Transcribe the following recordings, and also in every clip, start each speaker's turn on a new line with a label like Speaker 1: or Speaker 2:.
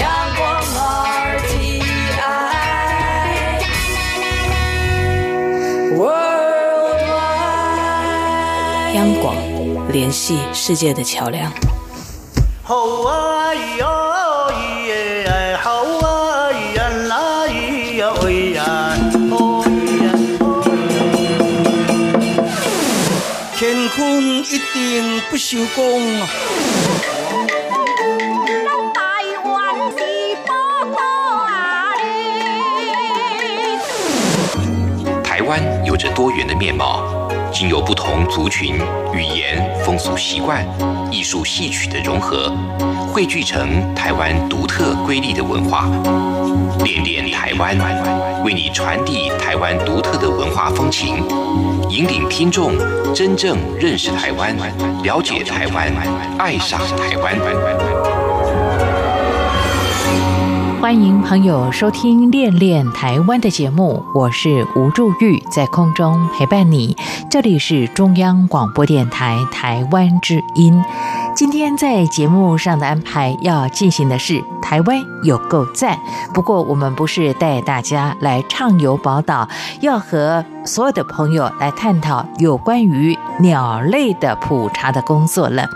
Speaker 1: 阳光 RTI。Worldwide。
Speaker 2: 央广，联系世界的桥梁。
Speaker 3: 吼啊咿呀咿耶哎，吼啊咿呀啦咿呀喂呀，哦咿呀哦咿呀天空一定不朽功啊！
Speaker 4: 台湾是宝岛啊嘞。
Speaker 5: 台湾有着多元的面貌，经由不同族群、语言、风俗习惯、艺术戏曲的融合，汇聚成台湾独特瑰丽的文化。恋恋台湾，为你传递台湾独特的文化风情，引领听众真正认识台湾、了解台湾、爱上台湾。
Speaker 6: 欢迎朋友收听《恋恋台湾》的节目，我是吴祝玉，在空中陪伴你。这里是中央广播电台台湾之音。今天在节目上的安排要进行的是台湾有够赞，不过我们不是带大家来畅游宝岛，要和所有的朋友来探讨有关于鸟类的普查的工作了。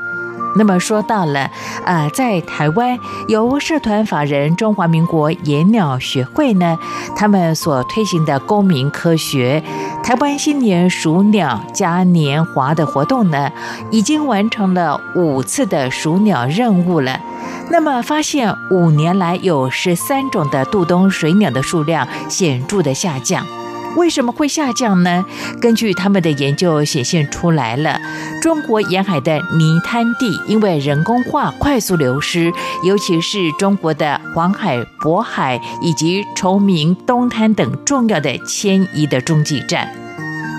Speaker 6: 那么说到了，呃，在台湾由社团法人中华民国野鸟学会呢，他们所推行的公民科学台湾新年数鸟嘉年华的活动呢，已经完成了五次的数鸟任务了。那么发现五年来有十三种的渡冬水鸟的数量显著的下降。为什么会下降呢？根据他们的研究显现出来了，中国沿海的泥滩地因为人工化快速流失，尤其是中国的黄海、渤海以及崇明、东滩等重要的迁移的中继站。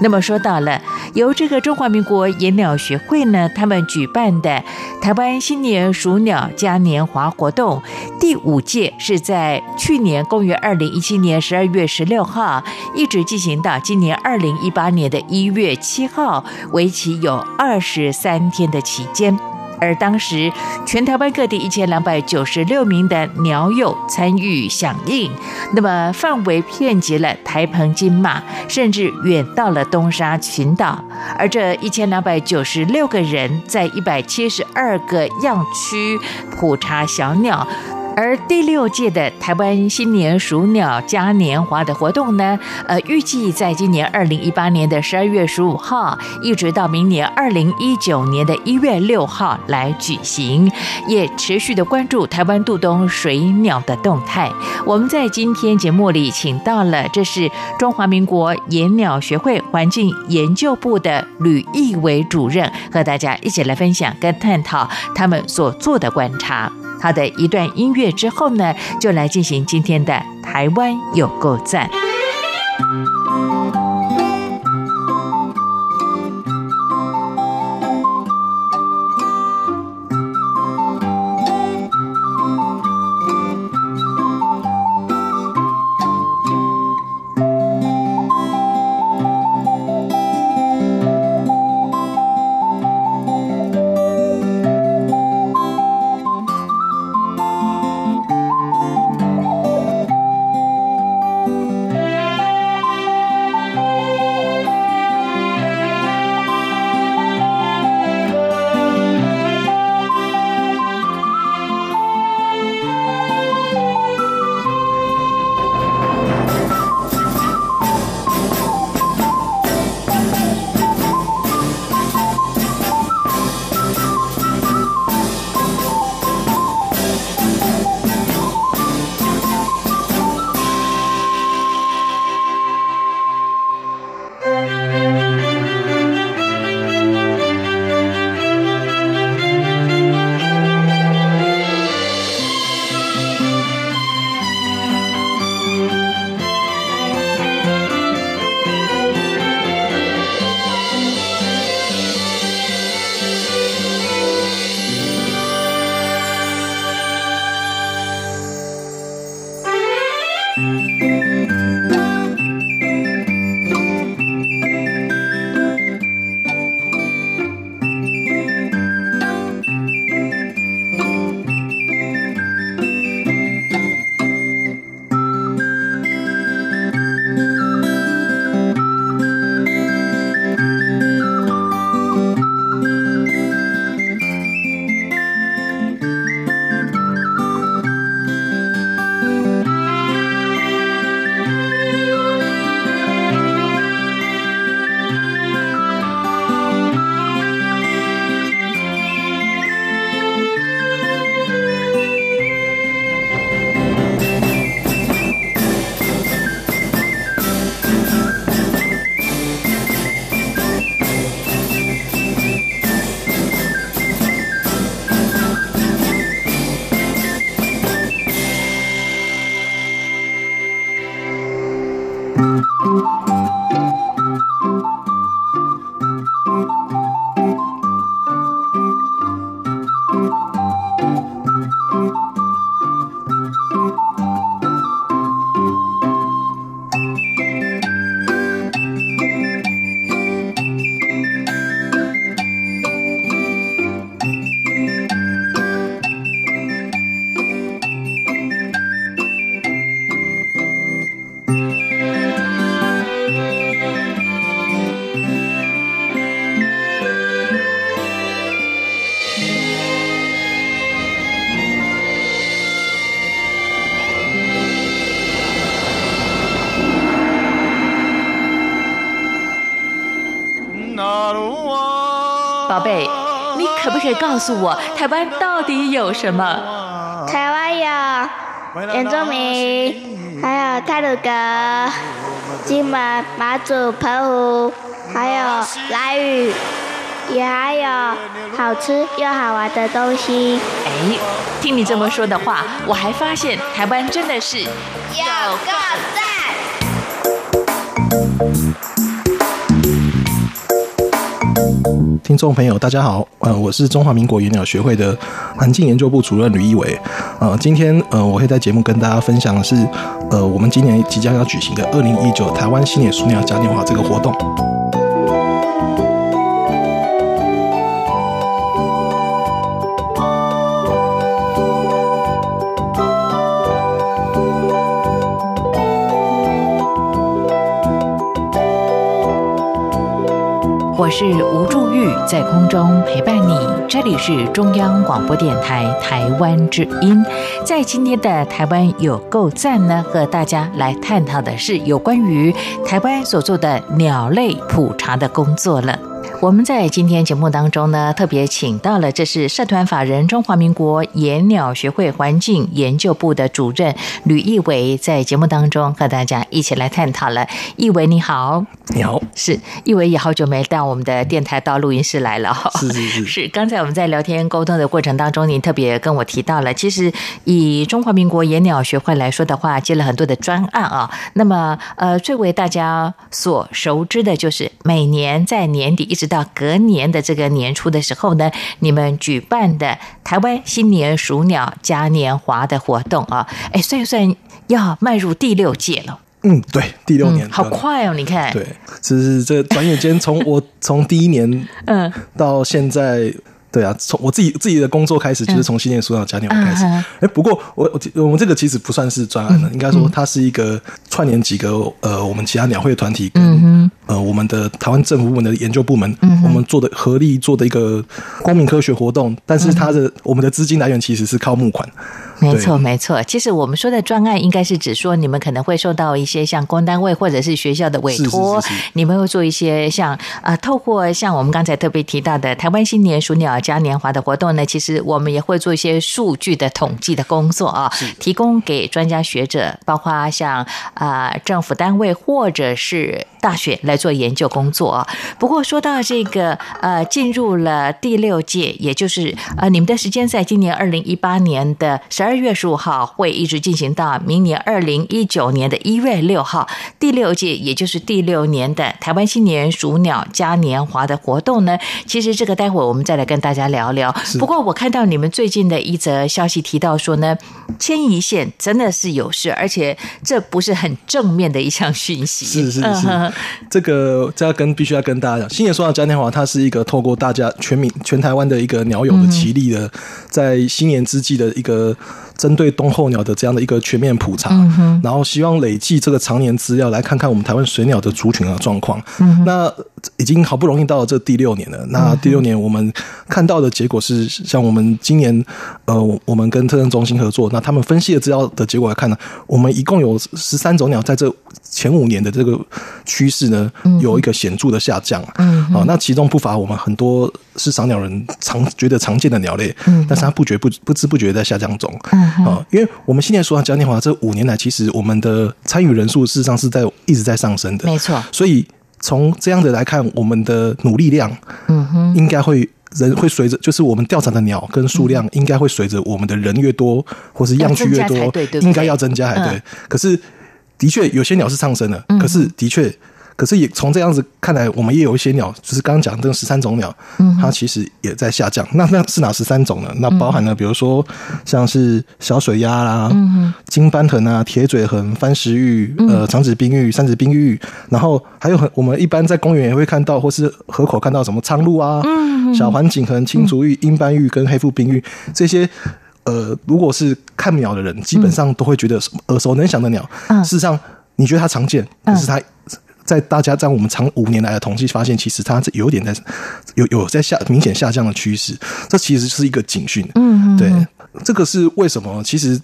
Speaker 6: 那么说到了，由这个中华民国野鸟学会呢，他们举办的台湾新年数鸟嘉年华活动第五届是在去年公元二零一七年十二月十六号，一直进行到今年二零一八年的一月七号，为期有二十三天的期间。而当时，全台湾各地一千两百九十六名的鸟友参与响应，那么范围遍及了台澎金马，甚至远到了东沙群岛。而这一千两百九十六个人，在一百七十二个样区普查小鸟。而第六届的台湾新年数鸟嘉年华的活动呢，呃，预计在今年二零一八年的十二月十五号，一直到明年二零一九年的一月六号来举行，也持续的关注台湾渡冬水鸟的动态。我们在今天节目里请到了，这是中华民国野鸟学会环境研究部的吕义伟主任，和大家一起来分享跟探讨他们所做的观察。好的，一段音乐之后呢，就来进行今天的台湾有够赞。
Speaker 7: 宝贝，你可不可以告诉我台湾到底有什么？
Speaker 8: 台湾有原住民，还有泰鲁格、金门、马祖、澎湖，还有蓝屿，也还有好吃又好玩的东西。
Speaker 7: 哎，听你这么说的话，我还发现台湾真的是
Speaker 8: 有个赞！
Speaker 9: 听众朋友，大家好，呃，我是中华民国野鸟学会的环境研究部主任吕一伟，呃，今天呃，我会在节目跟大家分享的是，呃，我们今年即将要举行的二零一九台湾新野鼠鸟嘉年华这个活动。
Speaker 6: 我是吴祝玉，在空中陪伴你。这里是中央广播电台台湾之音。在今天的台湾有够赞呢，和大家来探讨的是有关于台湾所做的鸟类普查的工作了。我们在今天节目当中呢，特别请到了这是社团法人中华民国野鸟学会环境研究部的主任吕义伟，在节目当中和大家一起来探讨了。义伟你好，
Speaker 9: 你好，
Speaker 6: 是义伟也好久没到我们的电台到录音室来了哈、
Speaker 9: 是是是，
Speaker 6: 是，刚才我们在聊天沟通的过程当中，您特别跟我提到了，其实以中华民国野鸟学会来说的话，接了很多的专案啊。那么，呃，最为大家所熟知的就是每年在年底一直到隔年的这个年初的时候呢，你们举办的台湾新年鼠鸟嘉年华的活动啊，哎，算一算要迈入第六届了，
Speaker 9: 嗯，对，第六年、
Speaker 6: 嗯，好。快哦，你看，
Speaker 9: 对，只是这转眼间从我从第一年
Speaker 6: 嗯，
Speaker 9: 到现在，对啊，从我自己自己的工作开始，就是从新年书到嘉年华开始。
Speaker 6: 嗯
Speaker 9: 哎、不过我我我们这个其实不算是专案啊了，应该说它是一个串联几个呃我们其他鸟会团体跟、
Speaker 6: 嗯
Speaker 9: 呃我们的台湾政府部门的研究部门，我们做的合力做的一个公民科学活动，但是它的、
Speaker 6: 嗯
Speaker 9: 我们的资金来源其实是靠募款。
Speaker 6: 没
Speaker 9: 对
Speaker 6: 错，没错。其实我们说的专案，应该是指说你们可能会受到一些像公单位或者是学校的委托，
Speaker 9: 是是是是
Speaker 6: 你们会做一些像呃，透过像我们刚才特别提到的台湾新年鼠鸟嘉年华的活动呢，其实我们也会做一些数据的统计的工作啊，提供给专家学者，包括像啊、呃政府单位或者是大学来做研究工作啊。不过说到这个呃，进入了第六届，也就是呃，你们的时间在今年二零一八年的十二月十五号会一直进行到明年二零一九年的一月六号。第六届，也就是第六年的台湾新年鼠鸟嘉年华的活动呢，其实这个待会我们再来跟大家聊聊。不过我看到你们最近的一则消息提到说呢，迁移线真的是有事，而且这不是很正面的一项讯息。
Speaker 9: 是啊是
Speaker 6: 嗯
Speaker 9: 是
Speaker 6: 哼
Speaker 9: 这个这要跟必须要跟大家讲，新野说到嘉年华，它是一个透过大家全民全台湾的一个鸟友的齐力的，在新年之际的一个针对冬候鸟的这样的一个全面普查，然后希望累计这个常年资料，来看看我们台湾水鸟的族群的状况。那已经好不容易到了这第六年了，那第六年我们看到的结果是，像我们今年呃，我我们跟特政中心合作，那他们分析的资料的结果来看呢，我们一共有十三种鸟在这前五年的这个趋势呢，有一个显著的下降。嗯，好、那其中不乏我们很多是赏鸟人常觉得常见的鸟类，嗯，但是它不觉不不知不觉在下降中。嗯，啊、因为我们现在说到嘉年华这五年来，其实我们的参与人数事实上是在一直在上升的。
Speaker 6: 没错
Speaker 9: 所以从这样的来看，我们的努力量，嗯哼，应该会。人会随着，就是我们调查的鸟跟数量，应该会随着我们的人越多，或是样区越
Speaker 6: 嗯要增加才
Speaker 9: 多，
Speaker 6: 对对不对嗯
Speaker 9: 应该要增加才对。可是，的确有些鸟是上升了，可是的确可是也从这样子看来，我们也有一些鸟，就是刚刚讲的这十三种鸟，
Speaker 6: 嗯
Speaker 9: 它其实也在下降。那那是哪十三种呢？那包含了比如说像是小水鸭啦、
Speaker 6: 嗯哼
Speaker 9: 金斑藤啊、铁嘴藤、番石玉、呃
Speaker 6: 嗯
Speaker 9: 长指冰玉、三指冰玉，然后还有很我们一般在公园也会看到，或是河口看到什么苍鹭啊、
Speaker 6: 嗯
Speaker 9: 小环颈鸻、青竹玉、鹰斑玉跟黑腹冰玉这些。呃，如果是看鸟的人，基本上都会觉得耳熟能详的鸟。
Speaker 6: 嗯
Speaker 9: 事实上，你觉得它常见，可是它在大家在我们长五年来的统计发现，其实它是有点在有有在下明显下降的趋势。这其实是一个警讯。
Speaker 6: 嗯嗯
Speaker 9: 对
Speaker 6: 嗯，
Speaker 9: 这个是为什么？其实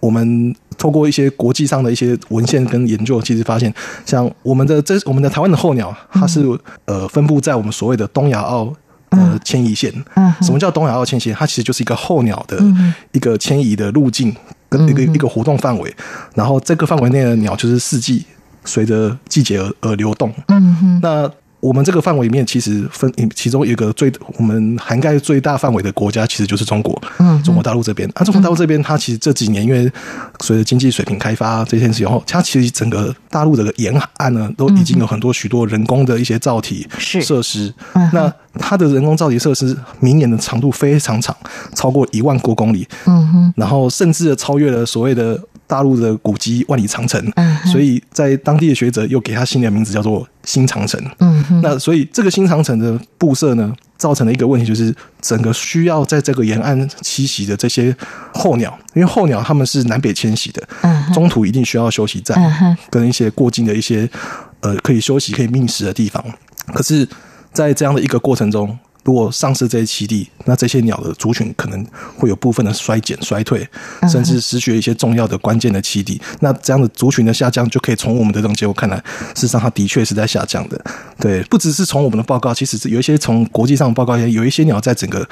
Speaker 9: 我们透过一些国际上的一些文献跟研究，其实发现，像我们的这我们的台湾的候鸟，它是、呃分布在我们所谓的东亚澳呃迁移线。
Speaker 6: 嗯
Speaker 9: 什么叫东亚澳迁移线？它其实就是一个候鸟的
Speaker 6: 嗯哼
Speaker 9: 一个迁移的路径跟一个、一个活动范围，然后这个范围内的鸟就是四季随着季节而而流动。
Speaker 6: 嗯哼，
Speaker 9: 那我们这个范围里面，其实分其中一个最我们涵盖最大范围的国家，其实就是中国。
Speaker 6: 嗯
Speaker 9: 中国大陆这边，啊，中国大陆这边，它其实这几年因为随着经济水平开发这件事情后，它其实整个大陆的沿岸呢，都已经有很多许多人工的一些造体
Speaker 6: 是
Speaker 9: 设施。
Speaker 6: 嗯哼
Speaker 9: 那它的人工造体设施明年的长度非常长，超过一万多公里。
Speaker 6: 嗯哼，
Speaker 9: 然后甚至超越了所谓的大陆的古迹万里长城，
Speaker 6: 嗯哼
Speaker 9: 所以在当地的学者又给它新的名字叫做新长城。
Speaker 6: 嗯哼，
Speaker 9: 那所以这个新长城的布设呢，造成了一个问题，就是整个需要在这个沿岸栖息的这些候鸟，因为候鸟它们是南北迁徙的，
Speaker 6: 嗯哼，
Speaker 9: 中途一定需要休息站
Speaker 6: 嗯哼
Speaker 9: 跟一些过境的一些呃可以休息、可以觅食的地方。可是，在这样的一个过程中，如果丧失这些栖地，那这些鸟的族群可能会有部分的衰减、衰退，
Speaker 6: 嗯
Speaker 9: 甚至失去了一些重要的、关键的栖地。那这样的族群的下降，就可以从我们的这种结果看来，事实上它的确是在下降的。对，不只是从我们的报告，其实是有一些从国际上的报告，有一些鸟在整个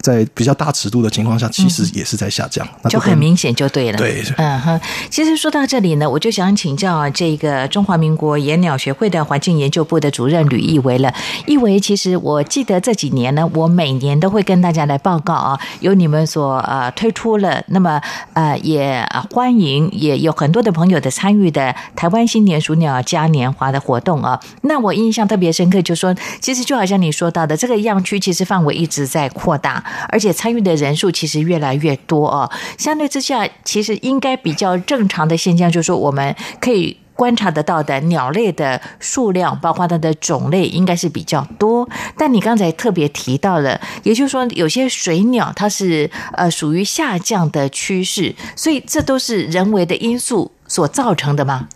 Speaker 9: 在比较大尺度的情况下，其实也是在下降，那
Speaker 6: 嗯就
Speaker 9: 这个
Speaker 6: 很明显就对了。
Speaker 9: 对
Speaker 6: 嗯哼。其实说到这里呢，我就想请教啊这个中华民国野鸟学会的环境研究部的主任吕义维了。义维，其实我记得这几年呢，我每年都会跟大家来报告啊，有你们所呃推出了，那么呃也呃欢迎，也有很多的朋友的参与的台湾新年鼠鸟嘉年华的活动啊。那我印象特别深刻，就说其实就好像你说到的，这个样区其实范围一直在扩大，而且参与的人数其实越来越多哦。相对之下，其实应该比较正常的现象，就是说我们可以。观察得到的鸟类的数量，包括它的种类，应该是比较多。但你刚才特别提到了，也就是说，有些水鸟它是呃属于下降的趋势，所以这都是人为的因素所造成的吗？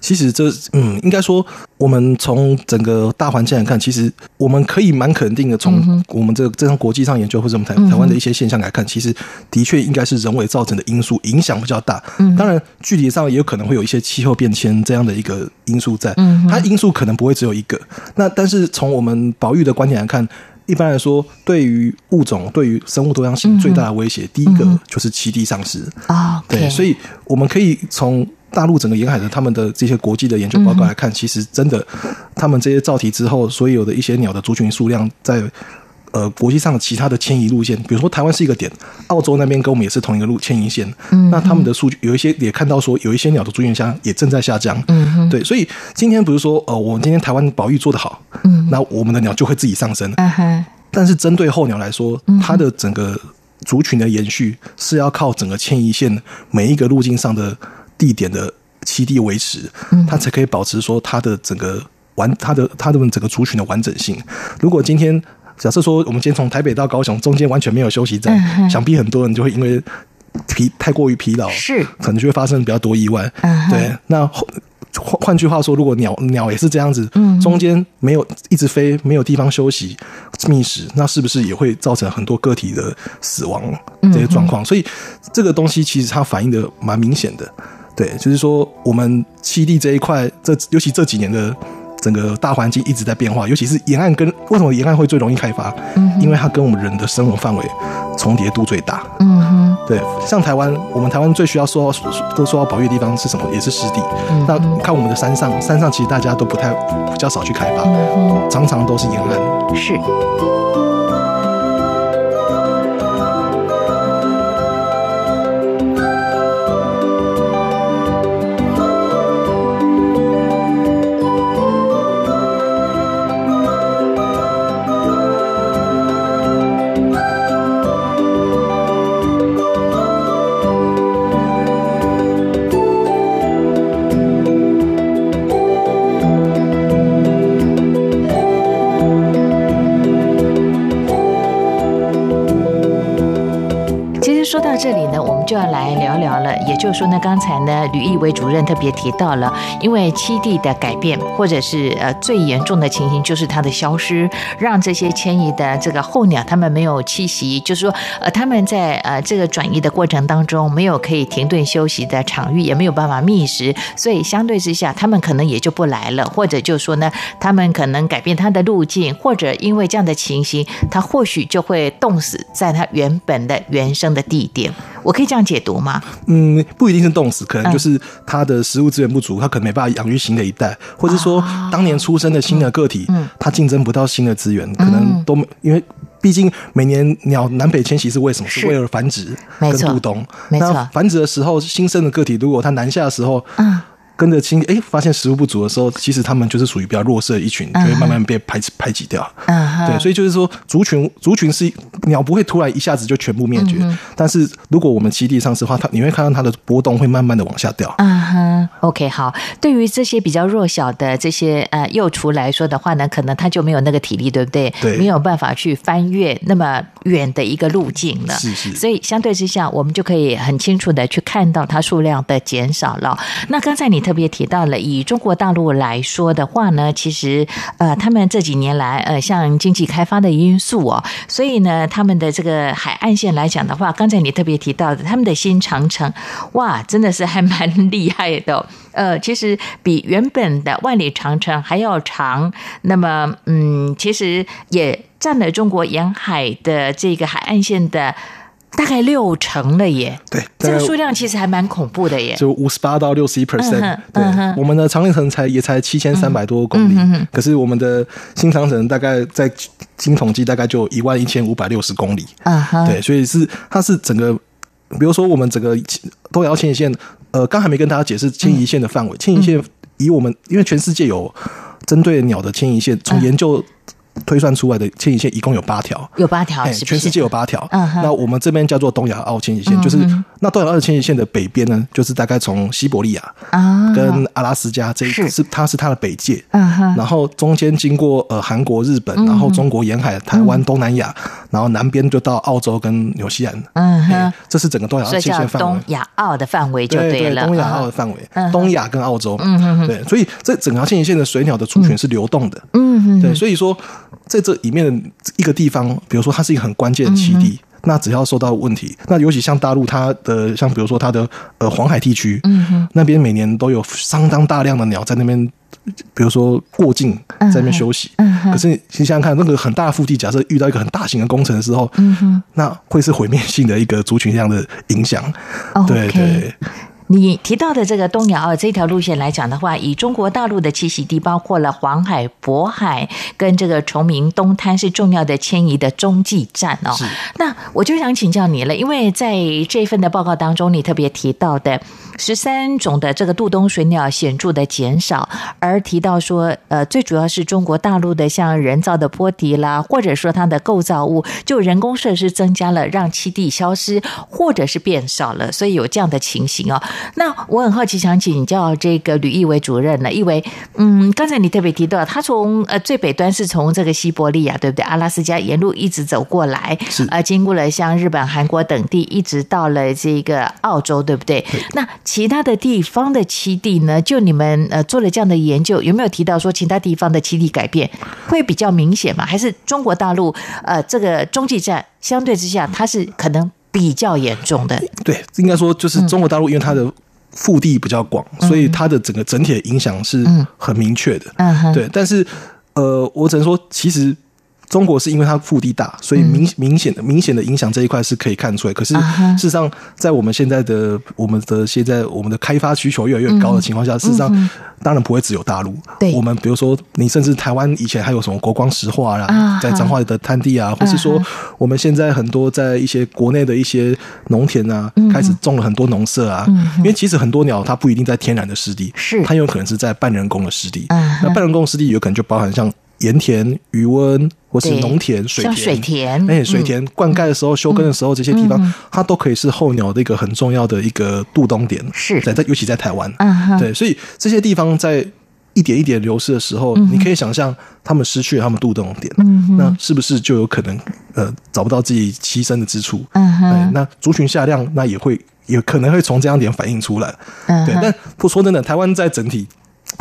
Speaker 9: 其实这嗯，应该说我们从整个大环境来看，其实我们可以蛮肯定的，
Speaker 6: 嗯
Speaker 9: 从
Speaker 6: 哼
Speaker 9: 我们这这张国际上研究或者我们台
Speaker 6: 嗯哼
Speaker 9: 台湾的一些现象来看，其实的确应该是人为造成的因素影响比较大。
Speaker 6: 嗯
Speaker 9: 当然，距离上也有可能会有一些气候变迁这样的一个因素在。
Speaker 6: 嗯哼
Speaker 9: 它因素可能不会只有一个。那但是从我们保育的观点来看。一般来说，对于物种、对于生物多样
Speaker 6: 嗯
Speaker 9: 性最大的威胁，第一个就是栖地丧失。
Speaker 6: 啊、
Speaker 9: 对，所
Speaker 6: 以
Speaker 9: 以我们可以从大陆整个沿海的他们的这些国际的研究报告来看，其实真的，他们这些造题之后，所有的一些鸟的族群数量在。呃，国际上的其他的迁移路线，比如说台湾是一个点，澳洲那边跟我们也是同一个路迁移线，
Speaker 6: 嗯
Speaker 9: 那他们的数据有一些也看到说，有一些鸟的族群下也正在下降，
Speaker 6: 嗯哼
Speaker 9: 对，所以今天不是说呃，我们今天台湾保育做得好，
Speaker 6: 嗯
Speaker 9: 那我们的鸟就会自己上升，
Speaker 6: 嗯哼
Speaker 9: 但是针对候鸟来说，
Speaker 6: 嗯
Speaker 9: 它的整个族群的延续是要靠整个迁移线每一个路径上的地点的栖地维持，
Speaker 6: 嗯
Speaker 9: 它才可以保持说它的整个完它的它的整个族群的完整性。如果今天假设说我们今天从台北到高雄中间完全没有休息站，
Speaker 6: 嗯哼
Speaker 9: 想必很多人就会因为疲太过于疲劳，
Speaker 6: 是
Speaker 9: 可能就会发生比较多意外。
Speaker 6: 嗯哼
Speaker 9: 对，那后换换句话说，如果鸟鸟也是这样子，
Speaker 6: 嗯
Speaker 9: 中间没有一直飞，没有地方休息觅食，那是不是也会造成很多个体的死亡
Speaker 6: 嗯
Speaker 9: 这些状况？所以这个东西其实它反映的蛮明显的。对，就是说我们栖地这一块，这尤其这几年的整个大环境一直在变化，尤其是沿岸跟为什么沿岸会最容易开发？
Speaker 6: 嗯
Speaker 9: 因为它跟我们人的生活范围重叠度最大。
Speaker 6: 嗯哼
Speaker 9: 对，像台湾，我们台湾最需要受到都受到保育的地方是什么？也是湿地。那看我们的山上，山上其实大家都不太比较少去开发，常常都是沿岸。
Speaker 6: 是。到这里呢，我们就要来聊聊了。也就是说呢，刚才呢，吕义伟主任特别提到了，因为栖地的改变，或者是呃最严重的情形就是它的消失，让这些迁移的这个候鸟它们没有栖息，就是说呃它们在呃这个转移的过程当中没有可以停顿休息的场域，也没有办法觅食，所以相对之下，它们可能也就不来了，或者就说呢，它们可能改变它的路径，或者因为这样的情形，它或许就会冻死在它原本的原生的地点。我可以这样解读吗？
Speaker 9: 嗯，不一定是冻死，可能就是它的食物资源不足，它可能没办法养育新的一代，或者说当年出生的新的个体，它竞争不到新的资源，可能都没因为。毕竟每年鸟南北迁徙是为什么？是为了繁殖跟度冬。
Speaker 6: 没错，
Speaker 9: 那繁殖的时候，新生的个体如果它南下的时候，嗯，跟着亲，哎，发现食物不足的时候，其实它们就是属于比较弱势的一群，就会慢慢被排排挤掉。
Speaker 6: 嗯，
Speaker 9: 对，所以就是说，族群族群是鸟不会突然一下子就全部灭绝，
Speaker 6: 嗯
Speaker 9: 但是如果我们栖地上市的话，它你会看到它的波动会慢慢的往下掉。
Speaker 6: 嗯哼，OK，好。对于这些比较弱小的这些呃幼雏来说的话呢，可能它就没有那个体力，对不对？
Speaker 9: 对
Speaker 6: 没有办法去翻越那么远的一个路径了。
Speaker 9: 是是
Speaker 6: 所以相对之下，我们就可以很清楚的去看到它数量的减少了。那刚才你特别提到了，以中国大陆来说的话呢，其实呃，他们这几年来呃，像经济开发的因素哦，所以呢，他们的这个海岸线来讲的话，刚才你特别提到的，他们的新长城，哇，真的是还蛮厉害的哦、呃，其实比原本的万里长城还要长。那么，嗯，其实也占了中国沿海的这个海岸线的大概六成了耶。
Speaker 9: 对，
Speaker 6: 这个数量其实还蛮恐怖的耶。
Speaker 9: 就五十八到六十一
Speaker 6: 嗯
Speaker 9: percent
Speaker 6: 哼。
Speaker 9: 对
Speaker 6: 嗯哼，
Speaker 9: 我们的长城城才也才七千三百多公里
Speaker 6: 嗯哼哼，
Speaker 9: 可是我们的新长城大概在经统计大概就一万一千五百六十公里。
Speaker 6: 嗯哼，
Speaker 9: 对，所以是它是整个，比如说我们整个东遥迁移线，呃，刚还没跟大家解释迁移线的范
Speaker 6: 嗯
Speaker 9: 围。迁移线以我们因为全世界有针对鸟的迁移线，从
Speaker 6: 嗯
Speaker 9: 研究推算出来的迁移线一共有八条。
Speaker 6: 有八条，
Speaker 9: 哎，
Speaker 6: 是不是
Speaker 9: 全世界有八条。
Speaker 6: 嗯哼
Speaker 9: 那我们这边叫做东亚澳迁移线，就是
Speaker 6: 嗯哼
Speaker 9: 那东亚澳迁移线的北边呢，就是大概从西伯利亚
Speaker 6: 啊，
Speaker 9: 跟阿拉斯加这一
Speaker 6: 是
Speaker 9: 是它是它的北界，
Speaker 6: 嗯哼，
Speaker 9: 然后中间经过呃韩国、日本，
Speaker 6: 嗯
Speaker 9: 然后中国沿海、台湾、东南亚，然后南边就到澳洲跟纽西兰，哎
Speaker 6: 嗯哼，
Speaker 9: 这是整个东亚
Speaker 6: 所
Speaker 9: 的
Speaker 6: 以
Speaker 9: 界
Speaker 6: 叫
Speaker 9: 限范围
Speaker 6: 东。亚澳的范围就
Speaker 9: 对
Speaker 6: 了。
Speaker 9: 东亚澳的
Speaker 6: 嗯
Speaker 9: 范围
Speaker 6: 嗯，
Speaker 9: 东亚跟澳洲，
Speaker 6: 嗯哼哼
Speaker 9: 对，所以这整条迁移线的水鸟的族群是流动的，
Speaker 6: 嗯哼，
Speaker 9: 对，所以说在这里面的一个地方，比如说它是一个很关键的栖
Speaker 6: 嗯
Speaker 9: 地，那只要受到问题，那尤其像大陆它的像比如说它的呃黄海地区，
Speaker 6: 嗯哼，
Speaker 9: 那边每年都有相当大量的鸟在那边，比如说过境在那边休息。
Speaker 6: 嗯哼
Speaker 9: 可是你想想看，那个很大的腹地，假设遇到一个很大型的工程的时候，
Speaker 6: 嗯哼，
Speaker 9: 那会是毁灭性的一个族群上的影响。对
Speaker 6: 哦 OK
Speaker 9: 对，
Speaker 6: 你提到的这个东亚澳这条路线来讲的话，以中国大陆的栖息地包括了黄海、渤海跟这个崇明东滩是重要的迁移的中继站哦。
Speaker 9: 是
Speaker 6: 那我就想请教你了，因为在这份的报告当中，你特别提到的十三种的这个渡冬水鸟显著的减少，而提到说，呃，最主要是中国大陆的像人造的坡堤啦，或者说它的构造物，就人工设施增加了，让栖地消失或者是变少了，所以有这样的情形哦。那我很好奇，想请教这个吕义伟主任了，因为嗯，刚才你特别提到，他从呃最北端是从这个西伯利亚，对不对？阿拉斯加沿路一直走过来，
Speaker 9: 是
Speaker 6: 呃，经过了像日本、韩国等地，一直到了这个澳洲，对不对？那其他的地方的栖地呢？就你们呃做了这样的研究，有没有提到说其他地方的栖地改变会比较明显吗？还是中国大陆呃这个中继站相对之下，它是可能比较严重的？
Speaker 9: 对，应该说
Speaker 6: 嗯
Speaker 9: 就是中国大陆，因为它的腹地比较广，所以它的整个整体的影响是很明确的。
Speaker 6: 嗯哼，
Speaker 9: 对，但是呃，我只能说，其实中国是因为它腹地大，所以明明显的明显的影响这一块是可以看出来。可是
Speaker 6: 嗯啊哈
Speaker 9: 事实上，在我们现在的我们的现在我们的开发需求越来越高的情况下，事实上当然不会只有大陆。
Speaker 6: 嗯对
Speaker 9: 我们比如说，你甚至台湾以前还有什么国光石化
Speaker 6: 啊
Speaker 9: 啦
Speaker 6: 哈，
Speaker 9: 在彰化的滩地
Speaker 6: 嗯
Speaker 9: 啊，或是说我们现在很多在一些国内的一些农田啊，
Speaker 6: 嗯
Speaker 9: 开始种了很多农舍啊，因为其实很多鸟它不一定在天然的湿地，
Speaker 6: 是
Speaker 9: 它有可能是在半人工的湿地。
Speaker 6: 嗯哼
Speaker 9: 那半人工湿地有可能就包含像盐田、余温或是
Speaker 6: 对
Speaker 9: 农田、水
Speaker 6: 像
Speaker 9: 田、
Speaker 6: 水田，嗯
Speaker 9: 哎，水田灌溉的时候、休耕的时候，这些地方它都可以是候鸟的一个很重要的一个渡冬点。
Speaker 6: 是
Speaker 9: 在在，尤其在台湾，
Speaker 6: 嗯哼，
Speaker 9: 对，所以这些地方在一点一
Speaker 6: 嗯
Speaker 9: 点流失的时候，你可以想象他们失去了他们渡冬点，那是不是就有可能呃找不到自己栖身的之处。
Speaker 6: 嗯哼
Speaker 9: 对那族群下降，那也会也可能会从这样点反映出来。
Speaker 6: 嗯
Speaker 9: 对
Speaker 6: 哼，
Speaker 9: 但不说真的，台湾在整体。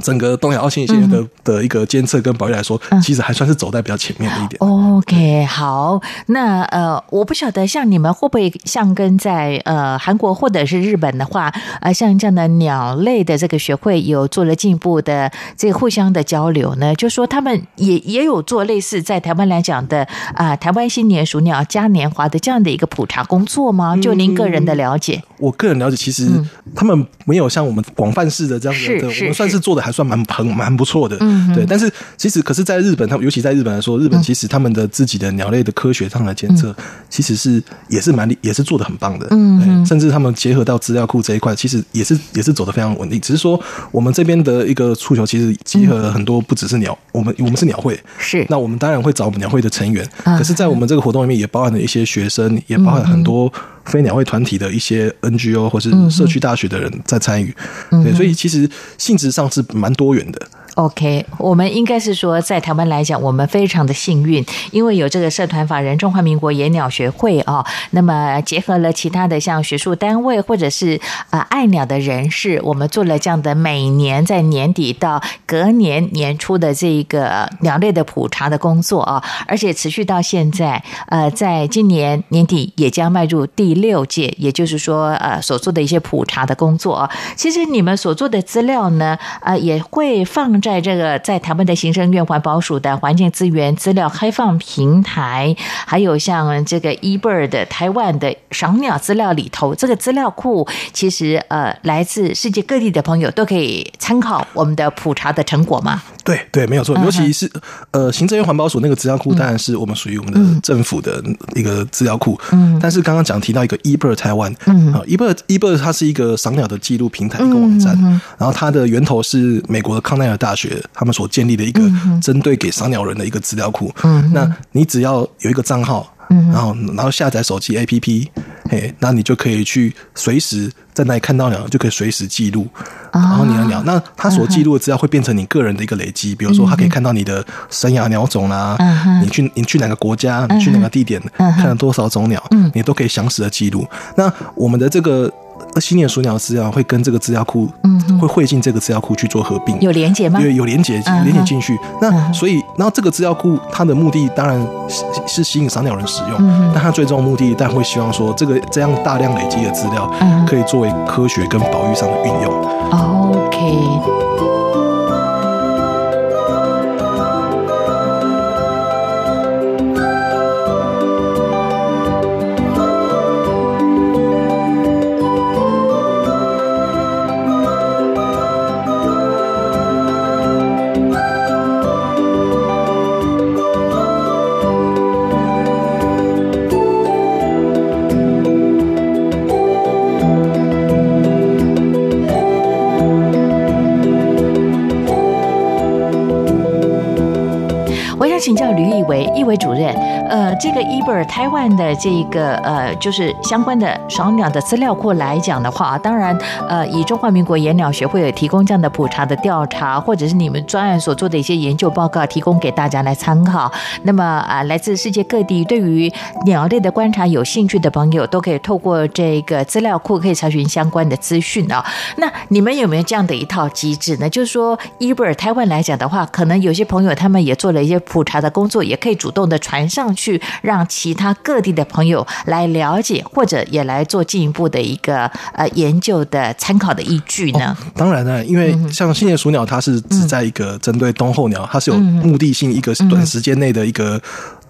Speaker 9: 整个东亚奥性
Speaker 6: 嗯
Speaker 9: 协的的一个监测跟保育来说，其实还算是走在比较前面的一点。
Speaker 6: OK，好，那呃，我不晓得像你们会不会像跟在呃韩国或者是日本的话，呃，像这样的鸟类的这个学会有做了进一步的这个互相的交流呢？就说他们也也有做类似在台湾来讲的啊、台湾新年鼠鸟嘉年华的这样的一个普查工作吗？就您个人的了解，
Speaker 9: 我个人了解，其实他们没有像我们广泛式的这样子
Speaker 6: 是
Speaker 9: 的，
Speaker 6: 嗯是
Speaker 9: 我们算是做的还算蛮很蛮不错的。
Speaker 6: 嗯哼嗯
Speaker 9: 对。但是其实，可是，在日本，他们尤其在日本来说，日本其实他们的自己的鸟类的科学上的监测，其实是也是蛮也是做的很棒的。
Speaker 6: 嗯
Speaker 9: 对
Speaker 6: 哼
Speaker 9: 甚至他们结合到资料库这一块，其实也是也是走的非常稳定。只是说，我们这边的一个诉求，其实集合了很多不只是鸟，我们我们是鸟会，
Speaker 6: 嗯是
Speaker 9: 那我们当然会找我们鸟会的成员，
Speaker 6: 啊嗯
Speaker 9: 可是，在我们这个活动里面也包含了一些学生，也包含很多非鸟会团体的一些 NGO 或是社区大学的人在参与。
Speaker 6: 嗯
Speaker 9: 对，
Speaker 6: 哼
Speaker 9: 所以其实性质上是蛮多元的。
Speaker 6: OK，我们应该是说，在台湾来讲，我们非常的幸运，因为有这个社团法人中华民国野鸟学会啊、那么结合了其他的像学术单位或者是呃爱鸟的人士，我们做了这样的每年在年底到隔年年初的这个鸟类的普查的工作啊、而且持续到现在，呃，在今年年底也将迈入第六届，也就是说，呃，所做的一些普查的工作啊，其实你们所做的资料呢，呃，也会放在这个在台湾的行政院环保署的环境资源资料开放平台，还有像这个 eBird 台湾的赏鸟资料里头，这个资料库其实呃，来自世界各地的朋友都可以参考我们的普查的成果嘛。
Speaker 9: 对对，没有错
Speaker 6: 嗯。哼
Speaker 9: 尤其是呃，行政院环保署那个资料库，当然是我们属于我们
Speaker 6: 嗯
Speaker 9: 的政府的一个资料库。
Speaker 6: 嗯
Speaker 9: 但是刚刚讲提到一个 eBird 台湾，
Speaker 6: 嗯
Speaker 9: 啊，eBird eBird 它是一个赏鸟的记录平台一个
Speaker 6: 嗯
Speaker 9: 网站，
Speaker 6: 嗯嗯
Speaker 9: 然后它的源头是美国的康奈尔大学他们所建立的一个针对给赏鸟人的一个资料库。
Speaker 6: 嗯哼
Speaker 9: 那你只要有一个账号，
Speaker 6: 嗯哼
Speaker 9: 然后然后下载手机 APP，嘿，那你就可以去随时在那里看到鸟，就可以随时记录。
Speaker 6: 啊
Speaker 9: 然后你的鸟，那它所记录的资料会变成你个人的一个累积，比如说它可以看到你的生涯鸟种啦、
Speaker 6: 嗯哼
Speaker 9: 你去你去哪个国家，你去哪个地点、
Speaker 6: 嗯哼
Speaker 9: 看了多少种鸟，
Speaker 6: 嗯
Speaker 9: 你都可以详实的记录。那我们的这个呃新年鼠鸟资料会跟这个资料库，
Speaker 6: 嗯哼
Speaker 9: 会汇进这个资料库去做合并，
Speaker 6: 有连结吗？
Speaker 9: 有有连接
Speaker 6: 嗯哼
Speaker 9: 连接进去。
Speaker 6: 嗯
Speaker 9: 那
Speaker 6: 哼
Speaker 9: 所以，然后这个资料库它的目的当然是是吸引赏鸟人使用
Speaker 6: 嗯哼，
Speaker 9: 但它最终目的但会希望说，这个这样大量累积的资料
Speaker 6: 嗯
Speaker 9: 可以作为科学跟保育上的运用。
Speaker 6: OK。我想请教吕一维，一维主任，呃，这个伊 b 尔台湾的这个呃，就是相关的赏鸟的资料库来讲的话啊，当然，呃，以中华民国野鸟学会有提供这样的普查的调查，或者是你们专案所做的一些研究报告，提供给大家来参考。那么啊、来自世界各地对于鸟类的观察有兴趣的朋友，都可以透过这个资料库可以查询相关的资讯啊、那你们有没有这样的一套机制呢？就是说，伊布尔台湾来讲的话，可能有些朋友他们也做了一些普查的工作，也可以主动的传上去，让其他各地的朋友来了解，或者也来做进一步的一个呃研究的参考的依据呢？
Speaker 9: 当然啊呢，因为
Speaker 6: 嗯
Speaker 9: 像新年鼠鸟，它是只在一个针对冬候鸟，它是有
Speaker 6: 嗯
Speaker 9: 目的性一个短时间内的一个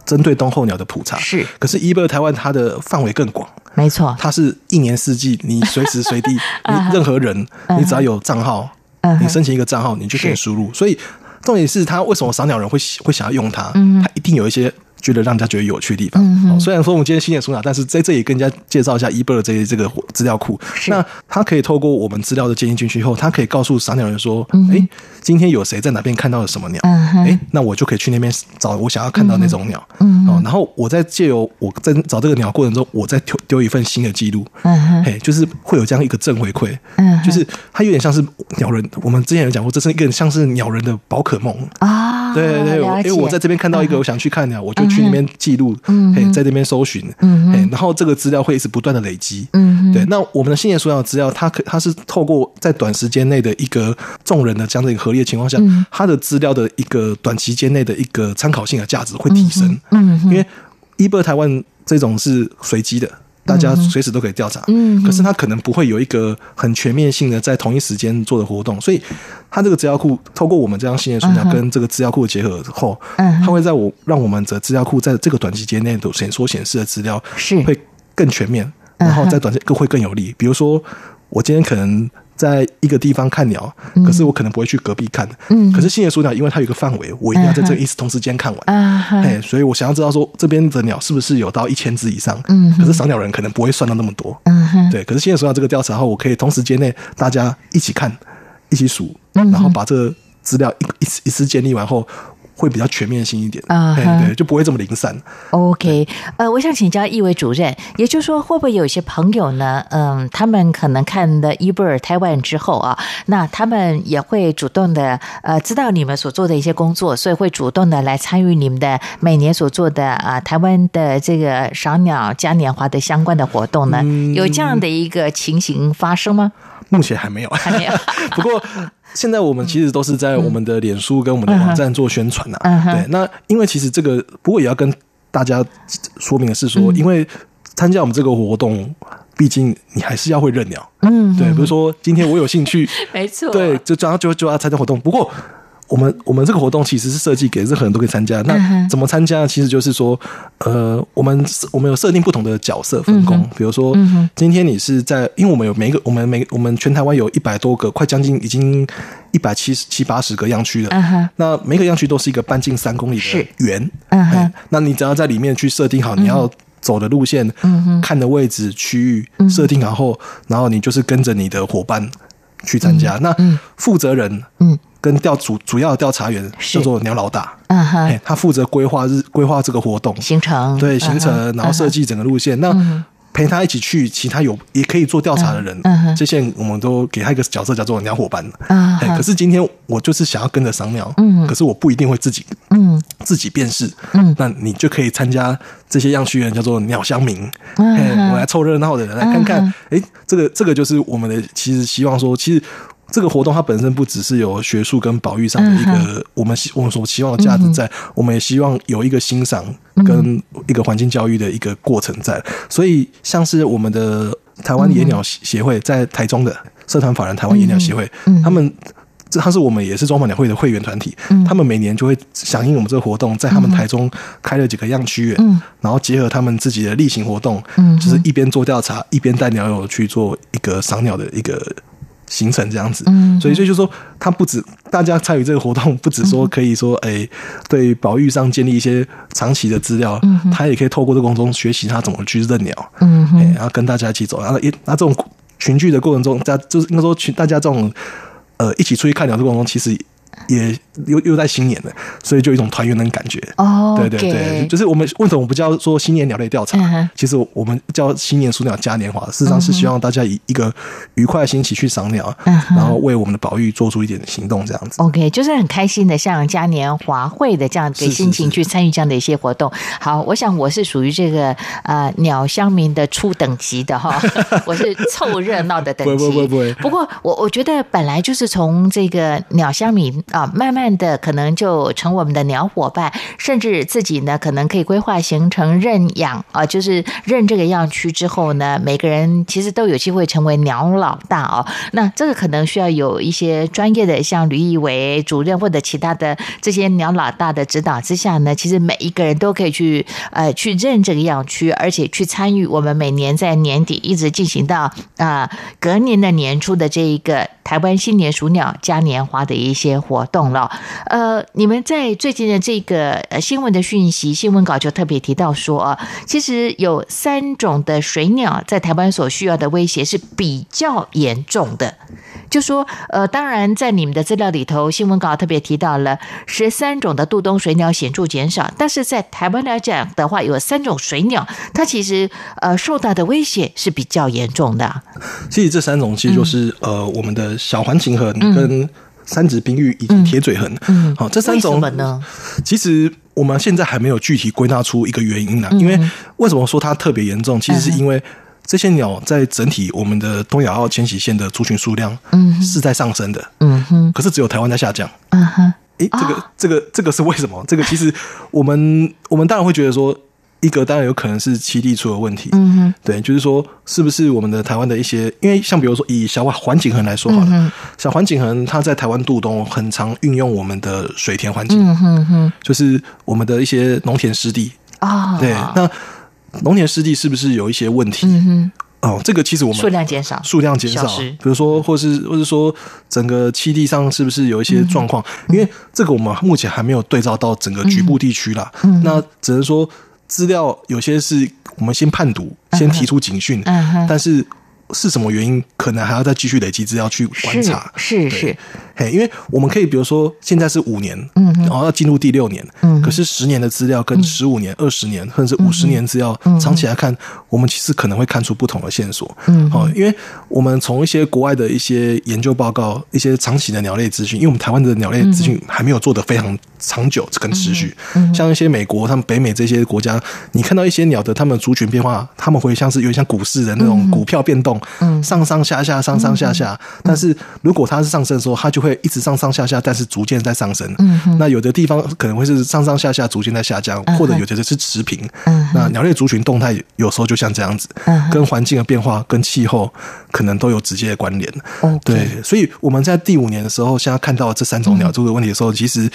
Speaker 9: 针对冬候鸟的普查。
Speaker 6: 是，
Speaker 9: 可哦是伊贝尔台湾它的范围更广，
Speaker 6: 没错，
Speaker 9: 它是一年四季，你随时 随地，你任何人，你只要有账号
Speaker 6: 嗯，哼
Speaker 9: 你申请一个账号，你就可以
Speaker 6: 是
Speaker 9: 输入。所以重点是它为什么赏鸟人会喜会想要用它？
Speaker 6: 嗯哼
Speaker 9: 它一定有一些。觉得让人家觉得有趣的地方。
Speaker 6: 嗯哼
Speaker 9: 哦虽然说我们今天新年鼠鸟，但是在这里跟人家介绍一下 eBird 这这个资料库。那它可以透过我们资料的建议进去以后，它可以告诉赏鸟人说：“哎、今天有谁在哪边看到了什么鸟？
Speaker 6: 嗯
Speaker 9: 哎、
Speaker 6: 哼，
Speaker 9: 那我就可以去那边找我想要看到那种鸟。
Speaker 6: 嗯
Speaker 9: 哦，然后我在借由我在找这个鸟过程中，我再丢丢一份新的记录，
Speaker 6: 嗯哼，
Speaker 9: 嘿，就是会有这样一个正回馈，
Speaker 6: 嗯哼
Speaker 9: 就是它有点像是鸟人，我们之前有讲过，这是一个像是鸟人的宝可梦。
Speaker 6: 啊，啊，
Speaker 9: 对对，
Speaker 6: 了
Speaker 9: 因
Speaker 6: 解
Speaker 9: 为我在这边看到一个我想去看鸟，我就去那边记录，
Speaker 6: 嗯
Speaker 9: 嘿
Speaker 6: 哼，
Speaker 9: 在那边搜寻，
Speaker 6: 嗯哼
Speaker 9: 嘿，然后这个资料会一直不断的累积，
Speaker 6: 嗯哼
Speaker 9: 对。那我们的新研所养的资料，它可它是透过在短时间内的一个众人的这样的一个合力的情况下
Speaker 6: 嗯，
Speaker 9: 它的资料的一个短期间内的一个参考性的价值会提升，
Speaker 6: 嗯哼，
Speaker 9: 因为一波台湾这种是随机的。大家随时都可以调查，
Speaker 6: 嗯哼
Speaker 9: 可是它可能不会有一个很全面性的在同一时间做的活动，所以它这个资料库透过我们这样新研所
Speaker 6: 嗯
Speaker 9: 长
Speaker 6: 哼
Speaker 9: 跟这个资料库的结合后，
Speaker 6: 嗯哼
Speaker 9: 它会在我让我们的资料库在这个短期间内所显所显示的资料
Speaker 6: 是
Speaker 9: 会更全面，
Speaker 6: 嗯哼
Speaker 9: 然后在短期更会更有利。比如说，我今天可能在一个地方看鸟，可是我可能不会去隔壁看，
Speaker 6: 嗯
Speaker 9: 可是新研所长因为它有一个范围，我一定要在
Speaker 6: 嗯
Speaker 9: 这个
Speaker 6: 哼
Speaker 9: 一同时间看完，
Speaker 6: 啊哈，
Speaker 9: 哎，所以我想要知道说这边的鸟是不是有到一千只以上？
Speaker 6: 嗯哼
Speaker 9: 可是赏鸟人可能不会算到那么多。
Speaker 6: 嗯哼，
Speaker 9: 对，可是现在说到这个调查后，我可以同时间内大家一起看，一起数，
Speaker 6: 嗯
Speaker 9: 然后把这个资料一一次一次建立完后，会比较全面性一点。
Speaker 6: 啊
Speaker 9: 哎
Speaker 6: 哈
Speaker 9: 对，就不会这么零散。
Speaker 6: OK，呃，我想请教易伟主任，也就是说，会不会有一些朋友呢？嗯，他们可能看了伊贝尔台湾之后啊，那他们也会主动的呃，知道你们所做的一些工作，所以会主动的来参与你们的每年所做的啊、台湾的这个赏鸟嘉年华的相关的活动呢？
Speaker 9: 嗯
Speaker 6: 有这样的一个情形发生吗？
Speaker 9: 目前还没有，
Speaker 6: 还 没有。
Speaker 9: 不过现在我们其实都是在我们的脸书跟我们的网站做宣传呐、
Speaker 6: 嗯哼
Speaker 9: 对，那因为其实这个，不过也要跟大家说明的是
Speaker 6: 嗯
Speaker 9: 说，因为参加我们这个活动，毕竟你还是要会认鸟。
Speaker 6: 嗯，
Speaker 9: 对，不是说今天我有兴 趣，
Speaker 7: 没
Speaker 6: 啊
Speaker 7: 错，
Speaker 9: 对，就然后就就要参加活动。不过我们我们这个活动其实是设计给任何人都可以参加。
Speaker 6: 嗯哼
Speaker 9: 那怎么参加呢？其实就是说，呃，我们我们有设定不同的角色分工，比如说、
Speaker 6: 嗯哼
Speaker 9: 今天你是在，因为我们有每一个我们每我们全台湾有一百多个，快将近已经一百七十七八十个样区了。
Speaker 6: 嗯哼
Speaker 9: 那每个样区都是一个半径三公里
Speaker 6: 是
Speaker 9: 的圆。
Speaker 6: 嗯哼
Speaker 9: 哎那你只要在里面去设定好你要走的路线、
Speaker 6: 嗯
Speaker 9: 看的位置、区域设定好后，然后你就是跟着你的伙伴去参加。那负责人，
Speaker 6: 嗯，
Speaker 9: 跟调主主要的调查员
Speaker 6: 是
Speaker 9: 叫做鸟老大，
Speaker 6: 嗯哼，
Speaker 9: 哎，他负责规划日规划这个活动，
Speaker 6: 行嗯程
Speaker 9: 对行程，然后设计整个路线。
Speaker 6: 嗯
Speaker 9: 那陪他一起去，其他有也可以做调查的人
Speaker 6: 嗯哼，
Speaker 9: 这些我们都给他一个角色叫做鸟伙伴。
Speaker 6: 啊
Speaker 9: 哎，
Speaker 6: 哈
Speaker 9: 可，是今天我就是想要跟着赏鸟，
Speaker 6: 嗯
Speaker 9: 可是我不一定会自己
Speaker 6: 嗯
Speaker 9: 自己辨识，
Speaker 6: 嗯
Speaker 9: 那你就可以参加这些样区人叫做鸟乡民，
Speaker 6: 嗯
Speaker 9: 嘿
Speaker 6: 哼
Speaker 9: 我来凑热闹的人来看看，哎、这个这个就是我们的，其实希望说，其实。这个活动它本身不只是有学术跟保育上的一
Speaker 6: 嗯
Speaker 9: 个我们希我们所期望的价值在，我们也希望有一个欣赏
Speaker 6: 嗯
Speaker 9: 跟一个环境教育的一个过程在。所以像是我们的台湾野鸟协会在台中的社团法人台湾野鸟协会，他们这他是我们也是中华鸟会的会员团体，他们每年就会响应我们这个活动，在他们台中开了几个样区园，然后结合他们自己的例行活动，
Speaker 6: 嗯
Speaker 9: 就是一边做调查，一边带鸟友去做一个赏鸟的一个。行程这样子，
Speaker 6: 嗯
Speaker 9: 所以所以就是说，他不止大家参与这个活动，不止说可以说，
Speaker 6: 嗯
Speaker 9: 哎、对保育上建立一些长期的资料，他也可以透过这个过程中学习他怎么去认鸟，
Speaker 6: 嗯哼
Speaker 9: 哎，然后跟大家一起走，然后也那这种群聚的过程中，大家就是应该说群大家这种呃一起出去看鸟的过程中，其实也又又在新年了，所以就有一种团圆的感觉。
Speaker 6: 哦，
Speaker 9: 对对对，就是我们为什么不叫做新年鸟类调查？
Speaker 6: 嗯哼
Speaker 9: 其实我们叫新年数鸟嘉年华，事实上是希望大家以一个愉快的心情去赏鸟，
Speaker 6: 嗯哼哦
Speaker 9: 然后为我们的保育做出一点行动，这样子。
Speaker 6: OK，就是很开心的，像嘉年华会的这样的
Speaker 9: 是
Speaker 6: 心情
Speaker 9: 是
Speaker 6: 去参与这样的一些活动。好，我想我是属于这个呃鸟乡民的初等级的哈， 我是凑热闹的等级。
Speaker 9: 不不不不
Speaker 6: 不过我我觉得本来就是从这个鸟乡民啊，慢慢的可能就成我们的鸟伙伴，甚至自己呢可能可以规划行程认养啊，就是认这个样区之后呢，每个人其实都有机会成为鸟老大哦。那这个可能需要有一些专业的，像吕义伟主任或者其他的这些鸟老大的指导之下呢，其实每一个人都可以去呃去认这个样区，而且去参与我们每年在年底一直进行到啊、呃隔年的年初的这一个台湾新年鼠鸟嘉年华的一些活动了。呃，你们在最近的这个呃新闻的讯息新闻稿就特别提到说啊，其实有三种的水鸟在台湾所需要的威胁是比较严重的。就说呃，当然在你们的资料里头，新闻稿特别提到了十三种的渡冬水鸟显著减少，但是在台湾来讲的话，有三种水鸟，它其实呃受到的威胁是比较严重的。嗯
Speaker 9: 其实这三种其实就是、呃我们的小环琴痕跟三指冰玉以及铁嘴痕。
Speaker 6: 嗯，
Speaker 9: 好，这三
Speaker 6: 为什
Speaker 9: 种
Speaker 6: 么呢？
Speaker 9: 其实我们现在还没有具体归纳出一个原因呢，
Speaker 6: 嗯
Speaker 9: 因为为什么说它特别严重，其实是因为。这些鸟在整体我们的东亚澳迁徙线的族群数量，
Speaker 6: 嗯
Speaker 9: 是在上升的，
Speaker 6: 嗯哼，
Speaker 9: 可是只有台湾在下降。
Speaker 6: 嗯哼，
Speaker 9: 诶，这个、这个这个是为什么？这个其实我们 我们当然会觉得说，一个当然有可能是栖地出了问题，
Speaker 6: 嗯哼，
Speaker 9: 对，就是说是不是我们的台湾的一些，因为像比如说以小环景衡来说好了，
Speaker 6: 嗯哼
Speaker 9: 小环景衡它在台湾渡冬很常运用我们的水田环境，
Speaker 6: 嗯哼哼，
Speaker 9: 就是我们的一些农田湿地，
Speaker 6: 啊，
Speaker 9: 对，那农田湿地是不是有一些问题？
Speaker 6: 嗯哼，
Speaker 9: 哦，这个其实我们
Speaker 6: 数量减少，
Speaker 9: 数量减
Speaker 6: 消
Speaker 9: 少，比
Speaker 6: 失
Speaker 9: 如说，或是或是说，整个栖地上是不是有一些状况？
Speaker 6: 嗯
Speaker 9: 因为这个我们目前还没有对照到整个局部地区啦，
Speaker 6: 嗯
Speaker 9: 那只能说资料有些是我们先判读，先提出警讯，
Speaker 6: 嗯哼
Speaker 9: 但是是什么原因，可能还要再继续累积资料去观察。
Speaker 6: 是是
Speaker 9: 对
Speaker 6: 是，
Speaker 9: 嘿，因为我们可以比如说现在是五年，
Speaker 6: 嗯哼
Speaker 9: 然后要进入第六年，
Speaker 6: 嗯哼嗯
Speaker 9: 可是十年的资料跟十五年、二十年甚至五十年资料
Speaker 6: 嗯哼
Speaker 9: 长期来看，我们其实可能会看出不同的线索。
Speaker 6: 嗯
Speaker 9: 哦，因为我们从一些国外的一些研究报告、一些长期的鸟类资讯，因为我们台湾的鸟类资
Speaker 6: 嗯
Speaker 9: 讯还没有做得非常长久跟持续。像一些美国、他们北美这些国家，你看到一些鸟的它们族群变化，他们会像是有点像股市的那种股票变动，
Speaker 6: 嗯
Speaker 9: 上上下下、上上下下。但是如果它是上升的时候，它就会一直上上下下，但是逐渐在上升。
Speaker 6: 嗯哼
Speaker 9: 那有的地方可能会是上上下下，逐渐在下降，
Speaker 6: 嗯哼
Speaker 9: 或者有的是持平。
Speaker 6: 嗯哼
Speaker 9: 那鸟类族群动态有时候就像这样子，
Speaker 6: 嗯哼
Speaker 9: 跟环境的变化、跟气候可能都有直接的关联。
Speaker 6: OK
Speaker 9: 对，所以我们在第五年的时候，现在看到这三种
Speaker 6: 嗯
Speaker 9: 鸟蛛的问题的时候，其实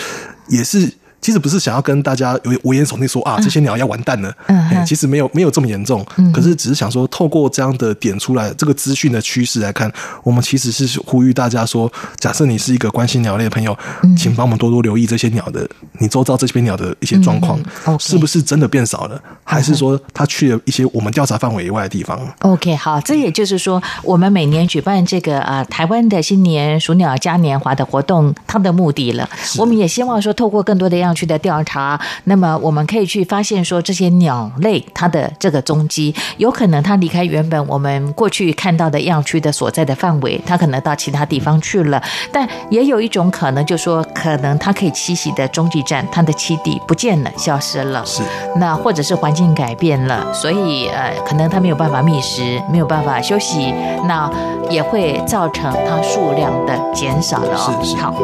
Speaker 9: 也是。其实不是想要跟大家有危言耸听说啊，这些鸟要完蛋了。
Speaker 6: 嗯
Speaker 9: 哎
Speaker 6: 哼
Speaker 9: 其实没有没有这么严重，
Speaker 6: 嗯
Speaker 9: 可是只是想说，透过这样的点出来这个资讯的趋势来看，我们其实是呼吁大家说，假设你是一个关心鸟类的朋友，
Speaker 6: 嗯
Speaker 9: 请帮我们多多留意这些鸟的，你周遭这边鸟的一些状况
Speaker 6: 嗯，嗯，OK 嗯
Speaker 9: 是不是真的变少了，还是说它去了一些我们调查范围以外的地方？
Speaker 6: OK，好，这也就是说，我们每年举办这个啊、呃台湾的新年鼠鸟嘉年华的活动，它的目的了。我们也希望说，透过更多的样区的调查，那么我们可以去发现说这些鸟类它的这个踪迹，有可能它离开原本我们过去看到的样区的所在的范围，它可能到其他地方去了。但也有一种可能，就说可能它可以栖息的中继站，它的栖地不见了，消失了。
Speaker 9: 是
Speaker 6: 那或者是环境改变了，所以呃，可能它没有办法觅食，没有办法休息，那也会造成它数量的减少了哦。
Speaker 9: 是是
Speaker 6: 好，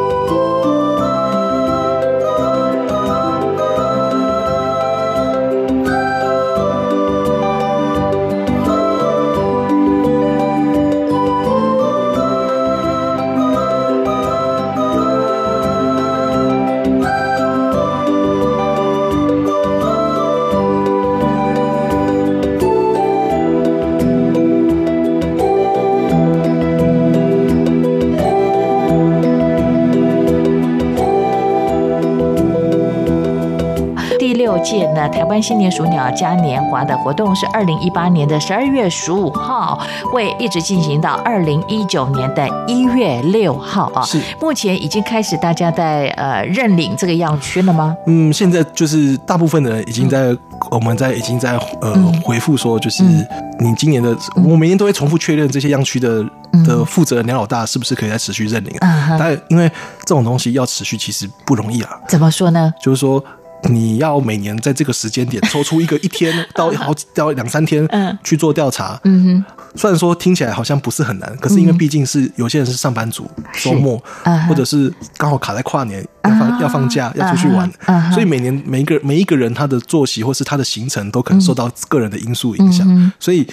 Speaker 6: 第六届呢台湾新年鼠鸟嘉年华的活动是二零一八年的十二月十五号，会一直进行到二零一九年的一月六号啊。
Speaker 9: 是
Speaker 6: 目前已经开始大家在呃认领这个样区了吗？
Speaker 9: 嗯，现在就是大部分的人已经在、我们在已经在呃、
Speaker 6: 嗯
Speaker 9: 回复说，就是
Speaker 6: 嗯
Speaker 9: 你今年的，我每年都会重复确认这些样区的
Speaker 6: 嗯
Speaker 9: 的负责人鸟老大是不是可以再持续认领。
Speaker 6: 嗯哼，
Speaker 9: 但因为这种东西要持续其实不容易啊，
Speaker 6: 怎么说呢？
Speaker 9: 就是说你要每年在这个时间点抽出一个一天 到好几到两三天
Speaker 6: 嗯
Speaker 9: 去做调查。
Speaker 6: 嗯
Speaker 9: 虽然说听起来好像不是很难，可是因为毕竟是有些人是上班族，
Speaker 6: 是
Speaker 9: 周末
Speaker 6: 啊哈
Speaker 9: 或者是刚好卡在跨年，要
Speaker 6: 啊
Speaker 9: 放要放假要出去玩
Speaker 6: 啊哈啊，哈
Speaker 9: 所以每年每一个每一个人他的作息或是他的行程都可能受到个人的因素影响，
Speaker 6: 嗯
Speaker 9: 所以。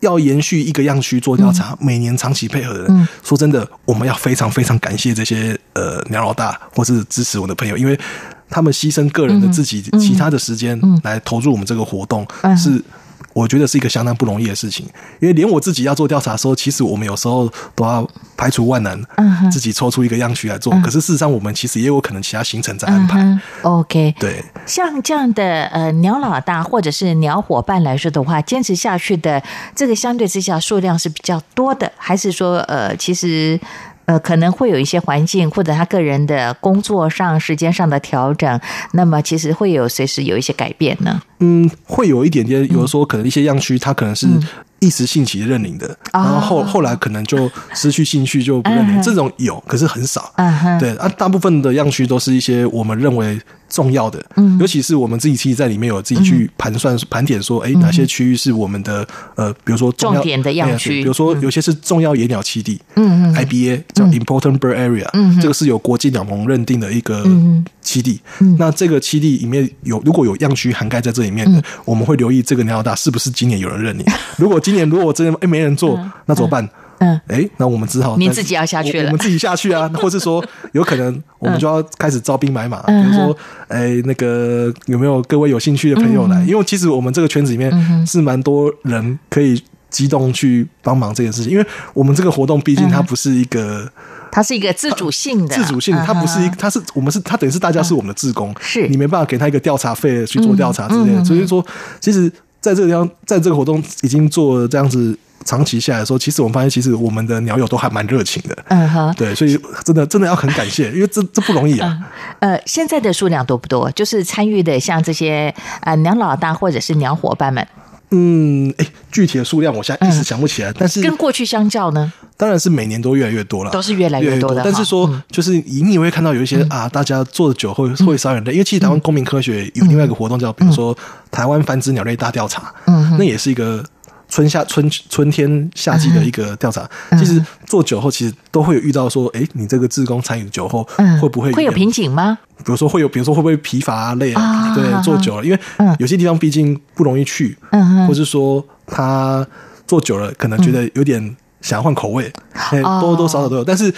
Speaker 9: 要延续一个样区做调查，每年长期配合的人，
Speaker 6: 嗯
Speaker 9: 说真的，我们要非常非常感谢这些呃鸟老大或是支持我的朋友，因为他们牺牲个人的自己、
Speaker 6: 嗯
Speaker 9: 其他的时间
Speaker 6: 嗯
Speaker 9: 来投入我们这个活动，
Speaker 6: 嗯
Speaker 9: 是我觉得是一个相当不容易的事情，因为连我自己要做调查的时候，其实我们有时候都要排除万难，
Speaker 6: 嗯哼
Speaker 9: 自己抽出一个样区来做。可是事实上，我们其实也有可能其他行程在
Speaker 6: 哼，
Speaker 9: 安
Speaker 6: 嗯
Speaker 9: 排。
Speaker 6: 哼，OK。
Speaker 9: 对，
Speaker 6: 像这样的呃鸟老大或者是鸟伙伴来说的话，坚持下去的这个相对之下数量是比较多的，还是说呃其实呃可能会有一些环境或者他个人的工作上时间上的调整，那么其实会有随时有一些改变呢？
Speaker 9: 嗯，会有一点点，有的时候可能一些样区它可能是
Speaker 6: 嗯啊
Speaker 9: 一一时兴起认领的，然后后后来可能就失去兴趣就不认
Speaker 6: 嗯
Speaker 9: 领，
Speaker 6: 哼
Speaker 9: 这种有，可是很少。
Speaker 6: 嗯哼
Speaker 9: 对啊，大部分的样区都是一些我们认为重要的，
Speaker 6: 嗯
Speaker 9: 尤其是我们自己其实在里面有自己去盘算、盘点说，哎，哪些区域是我们的呃，比如说要
Speaker 6: 嗯重点的样
Speaker 9: 哎
Speaker 6: 区
Speaker 9: 对比如说有些是重要野鸟栖地，
Speaker 6: 嗯嗯
Speaker 9: IBA 叫 Important Bird Area，、
Speaker 6: 嗯哼
Speaker 9: 这个是由国际鸟盟认定的一个
Speaker 6: 嗯
Speaker 9: 栖地。那这个栖地里面有如果有样区涵盖在这里
Speaker 6: 嗯
Speaker 9: 面的，我们会留意这个鸟大是不是今年有人认领。如果今年如果真的哎没人做，那怎么办？
Speaker 6: 嗯，
Speaker 9: 哎，那我们只好
Speaker 6: 你
Speaker 9: 再
Speaker 6: 自己要下去了
Speaker 9: 我我们自己下去 啊，或是说有可能我们就要开始招兵买马，
Speaker 6: 嗯
Speaker 9: 比如说，哎，那个有没有各位有兴趣的朋友来？
Speaker 6: 嗯
Speaker 9: 因为其实我们这个圈子里面是蛮多人可以激动去帮忙这件事情，因为我们这个活动毕竟它不是一个。
Speaker 6: 它是一个自主性的，
Speaker 9: 自主性，
Speaker 6: 嗯
Speaker 9: 它不是一，它是我们是，它等于是大家是我们的志工，
Speaker 6: 是
Speaker 9: 你没办法给他一个调查费去做调查之类
Speaker 6: 嗯嗯
Speaker 9: 的。
Speaker 6: 嗯
Speaker 9: 所以说，其实在这个地方，在这个活动已经做了这样子长期下来的时候，其实我们发现，其实我们的鸟友都还蛮热情的。
Speaker 6: 嗯哼，
Speaker 9: 对，所以真的真的要很感谢，因为这这不容易啊。
Speaker 6: 呃，现在的数量多不多？就是参与的像这些呃鸟老大或者是鸟伙伴们，
Speaker 9: 嗯，哎、具体的数量我现在一时想不起来，但是
Speaker 6: 嗯跟过去相较呢，
Speaker 9: 当然是每年都越来越多了，
Speaker 6: 都是越来
Speaker 9: 越
Speaker 6: 越多的哈。嗯
Speaker 9: 但是说，就是你你也会看到有一些啊，大家做的久会会伤人的，因
Speaker 6: 嗯
Speaker 9: 为其实台湾公民科学有另外一个活动叫，比如说台湾繁殖鸟类大调查，
Speaker 6: 嗯哼
Speaker 9: 那也是一个。春夏春春天夏季的一个调查，
Speaker 6: 嗯
Speaker 9: 其实做久后，其实都会有遇到说，哎、你这个志工参与久后，
Speaker 6: 嗯，
Speaker 9: 会不会
Speaker 6: 会有
Speaker 9: 延
Speaker 6: 瓶颈吗？
Speaker 9: 比如说会有，比如说会不会疲乏啊、累啊？
Speaker 6: 啊
Speaker 9: 对，坐久了，因为
Speaker 6: 嗯
Speaker 9: 有些地方毕竟不容易去，
Speaker 6: 嗯哼
Speaker 9: 或是说他坐久了，可能觉得有点想要换口味，哎
Speaker 6: 哦
Speaker 9: 多多少少都有。但是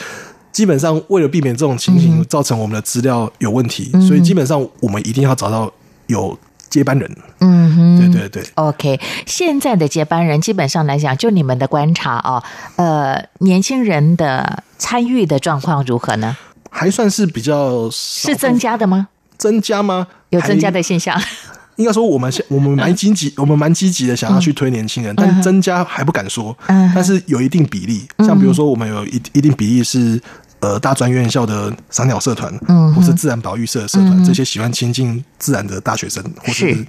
Speaker 9: 基本上为了避免这种情形造成我们的资料有问题，
Speaker 6: 嗯
Speaker 9: 所以基本上我们一定要找到有接班人。
Speaker 6: 嗯哼，
Speaker 9: 对对对，
Speaker 6: OK，现在的接班人基本上来讲，就你们的观察啊、呃，年轻人的参与的状况如何呢？
Speaker 9: 还算是比较少
Speaker 6: 是增加的吗？
Speaker 9: 增加吗？
Speaker 6: 有增加
Speaker 9: 还
Speaker 6: 的现象？
Speaker 9: 应该说 我们现我们蛮积
Speaker 6: 嗯
Speaker 9: 极，我们蛮积极的想要去推年轻人，但增加还不敢说，
Speaker 6: 嗯哼嗯
Speaker 9: 但是有一定比例，像比如说我们有一一定比例是。呃，大专院校的赏鸟社团，
Speaker 6: 嗯哼
Speaker 9: 或是自然保育社的社
Speaker 6: 嗯
Speaker 9: 团，
Speaker 6: 哼
Speaker 9: 这些喜欢亲近自然的大学生或
Speaker 6: 是
Speaker 9: 是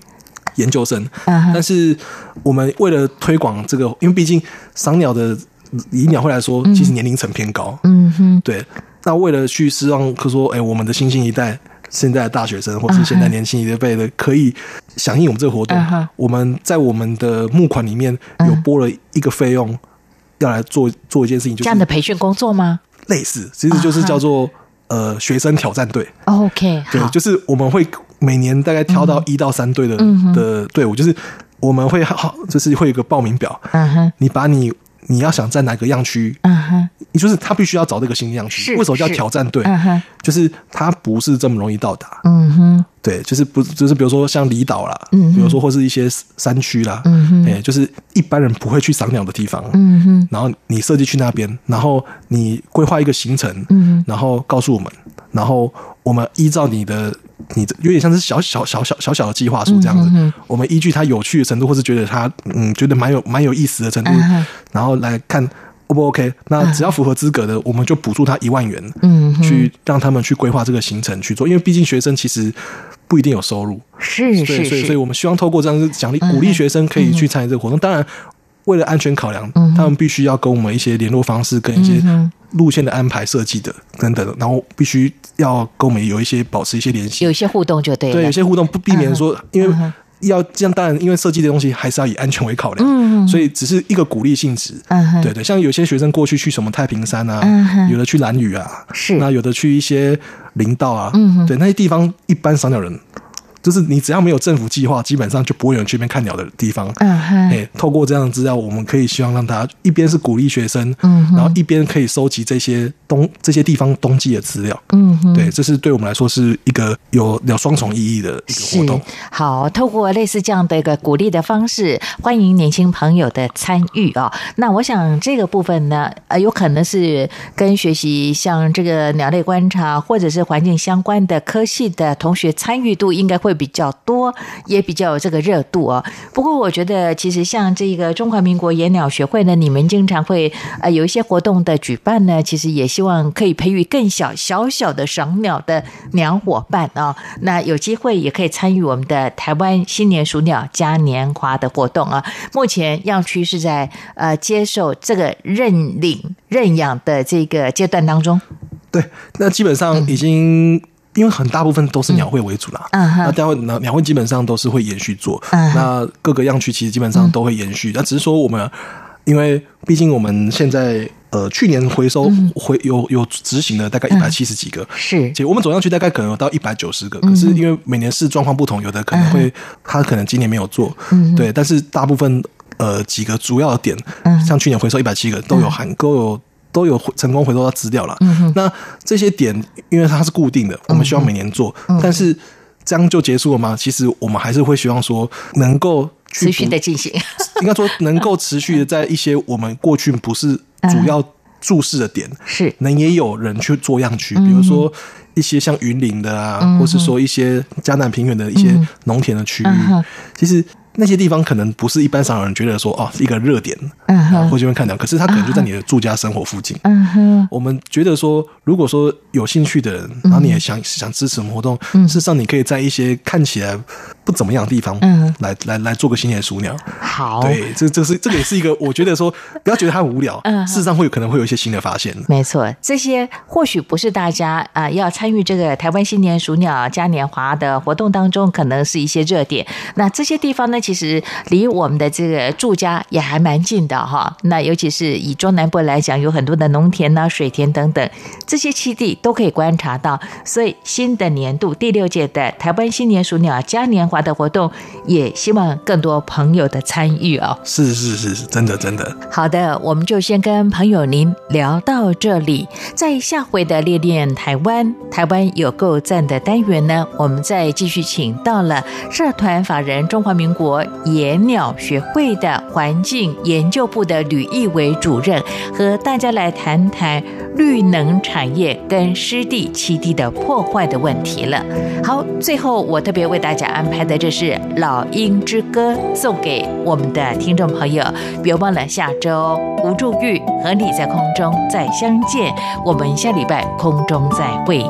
Speaker 9: 研究生，
Speaker 6: 嗯哼
Speaker 9: 但是我们为了推广这个，因为毕竟赏鸟的以鸟会来说，其实年龄层偏高，
Speaker 6: 嗯哼，
Speaker 9: 对，那为了去希望，可说，哎、我们的新兴一代，现在的大学生或是现在年轻一辈的，可以响应我们这个活动
Speaker 6: 嗯哼嗯
Speaker 9: 我们在我们的募款里面有拨了一个费用，要来做做一件事情，就
Speaker 6: 这样的嗯
Speaker 9: 是
Speaker 6: 培训工作吗
Speaker 9: 类似，其实就是叫做、呃学生挑战队。
Speaker 6: ？OK，
Speaker 9: 对，
Speaker 6: 好，
Speaker 9: 就是我们会每年大概挑到一到三队的、
Speaker 6: 嗯哼
Speaker 9: 的队伍，就是我们会好，就是会有一个报名表，
Speaker 6: 嗯哼，
Speaker 9: 你把你你要想在哪个样区，
Speaker 6: 嗯哼，
Speaker 9: 就是他必须要找这个新样
Speaker 6: 是
Speaker 9: 区。为什么叫
Speaker 6: 是
Speaker 9: 挑战队？
Speaker 6: 嗯哼，
Speaker 9: 就是它不是这么容易到达。
Speaker 6: 嗯哼，
Speaker 9: 对，就是不就是比如说像离岛啦，
Speaker 6: 嗯哼
Speaker 9: 比如说或是一些山区啦，
Speaker 6: 嗯哼
Speaker 9: 哎、就是一般人不会去赏鸟的地方，
Speaker 6: 嗯哼，
Speaker 9: 然后你设计去那边，然后你规划一个行程，
Speaker 6: 嗯
Speaker 9: 然后告诉我们，然后我们依照你的你的有点像是小小小小小小的计划书这样子，
Speaker 6: 嗯
Speaker 9: 我们依据它有趣的程度，或是觉得它嗯觉得蛮有蛮有意思的程度，
Speaker 6: 嗯哼
Speaker 9: 然后来看 O 不 OK，那只要符合资格的，我们就补助他一万元，
Speaker 6: 嗯哼
Speaker 9: 去让他们去规划这个行程去做，因为毕竟学生其实不一定有收入，
Speaker 6: 是
Speaker 9: 对，
Speaker 6: 是
Speaker 9: 所以所以
Speaker 6: 是，嗯
Speaker 9: 我们希望透过这样子奖励，鼓励学生可以去参与这个活动。当然，为了安全考量，
Speaker 6: 嗯哼
Speaker 9: 他们必须要跟我们一些联络方式、跟一些
Speaker 6: 嗯哼
Speaker 9: 路线的安排设计的等等的，然后必须要跟我们有一些保持一些联系
Speaker 6: 有一，些互动就对了。
Speaker 9: 对，有些互动不避免说，
Speaker 6: 嗯
Speaker 9: 因为
Speaker 6: 哼。
Speaker 9: 要这样，当然，因为设计的东西还是要以安全为考量，
Speaker 6: 嗯
Speaker 9: 所以只是一个鼓励性质。
Speaker 6: 嗯哼
Speaker 9: 对对，像有些学生过去去什么太平山啊，
Speaker 6: 嗯哼
Speaker 9: 有的去兰屿啊，
Speaker 6: 是
Speaker 9: 那有的去一些林道啊，
Speaker 6: 嗯哼
Speaker 9: 对那些地方，一般赏鸟人就是你只要没有政府计划，基本上就不会有人去那边看鸟的地方。
Speaker 6: 嗯哼，
Speaker 9: 哎，透过这样的资料，我们可以希望让大家一边是鼓励学生，
Speaker 6: 嗯哼
Speaker 9: 然后一边可以收集这些冬这些地方冬季的资料。
Speaker 6: 嗯哼，
Speaker 9: 对，这是对我们来说是一个有有双重意义的一个活动。
Speaker 6: 好，透过类似这样的一个鼓励的方式，欢迎年轻朋友的参与啊、那我想这个部分呢，呃，有可能是跟学习像这个鸟类观察或者是环境相关的科系的同学参与度应该会比较多，也比较有这个热度哦。不过我觉得，其实像这个中华民国野鸟学会呢，你们经常会呃有一些活动的举办呢，其实也希望可以培育更小小小的赏鸟的鸟伙伴啊、哦。那有机会也可以参与我们的台湾新年数鸟嘉年华的活动啊。目前样区是在呃接受这个认领认养的这个阶段当中。
Speaker 9: 对，那基本上已经、因为很大部分都是鸟会为主啦，
Speaker 6: 嗯嗯哼
Speaker 9: 那待会鸟鸟会基本上都是会延续做，
Speaker 6: 嗯哼
Speaker 9: 那各个样区其实基本上都会延续，那、只是说我们因为毕竟我们现在。呃，去年回收回有有执行了大概一百七十几个，
Speaker 6: 嗯是，
Speaker 9: 其实我们总样区大概可能有到一百九十个，
Speaker 6: 嗯
Speaker 9: 可是因为每年市状况不同，有的可能会他可能今年没有做，
Speaker 6: 嗯
Speaker 9: 对，但是大部分呃几个主要的点，
Speaker 6: 嗯
Speaker 9: 像去年回收一百七个都有含都有都有成功回收到资料了。
Speaker 6: 嗯
Speaker 9: 那这些点因为它是固定的，我们希望每年做，
Speaker 6: 嗯
Speaker 9: 但是这样就结束了吗？其实我们还是会希望说能够去
Speaker 6: 持续
Speaker 9: 补
Speaker 6: 的进行。
Speaker 9: 应该说能够持续的在一些我们过去不是主要注视的点，
Speaker 6: 嗯是
Speaker 9: 能也有人去做样区，
Speaker 6: 嗯
Speaker 9: 比如说一些像云林的啊，
Speaker 6: 嗯哼
Speaker 9: 或是说一些嘉南平原的一些
Speaker 6: 嗯
Speaker 9: 农田的区域，
Speaker 6: 嗯哼
Speaker 9: 其实那些地方可能不是一般常人觉得说哦是一个热点，啊
Speaker 6: 嗯哼
Speaker 9: 或者会看到，可是它可能就在你的住家生活附近。
Speaker 6: 嗯哼，嗯
Speaker 9: 我们觉得说，如果说有兴趣的人，然后你也想、想支持我们活动，事实上你可以在一些看起来不怎么样的地方，
Speaker 6: 嗯
Speaker 9: 来来来做个新年鼠鸟，
Speaker 6: 好，
Speaker 9: 对，这这是这个也是一个，我觉得说不要觉得它很无聊，
Speaker 6: 嗯
Speaker 9: 事实上会有可能会有一些新的发现。
Speaker 6: 没错，这些或许不是大家啊、呃要参与这个台湾新年鼠鸟嘉年华的活动当中，可能是一些热点。那这些地方呢，其实离我们的这个住家也还蛮近的哈。那尤其是以中南部来讲，有很多的农田呐、水田等等，这些栖地都可以观察到。所以新的年度第六届的台湾新年鼠鸟嘉年华的活动，也希望更多朋友的参与哦。
Speaker 9: 是是是是，真的真的，
Speaker 6: 好的，我们就先跟朋友您聊到这里，在下回的列练台湾，台湾有够赞的单元呢，我们再继续请到了社团法人中华民国野鸟学会的环境研究部的吕义伟主任，和大家来谈谈绿能产业跟湿地、栖地的破坏的问题了。好，最后我特别为大家安排的这是《老鹰之歌》，送给我们的听众朋友。别忘了下周吴祝玉和你在空中再相见，我们下礼拜空中再会，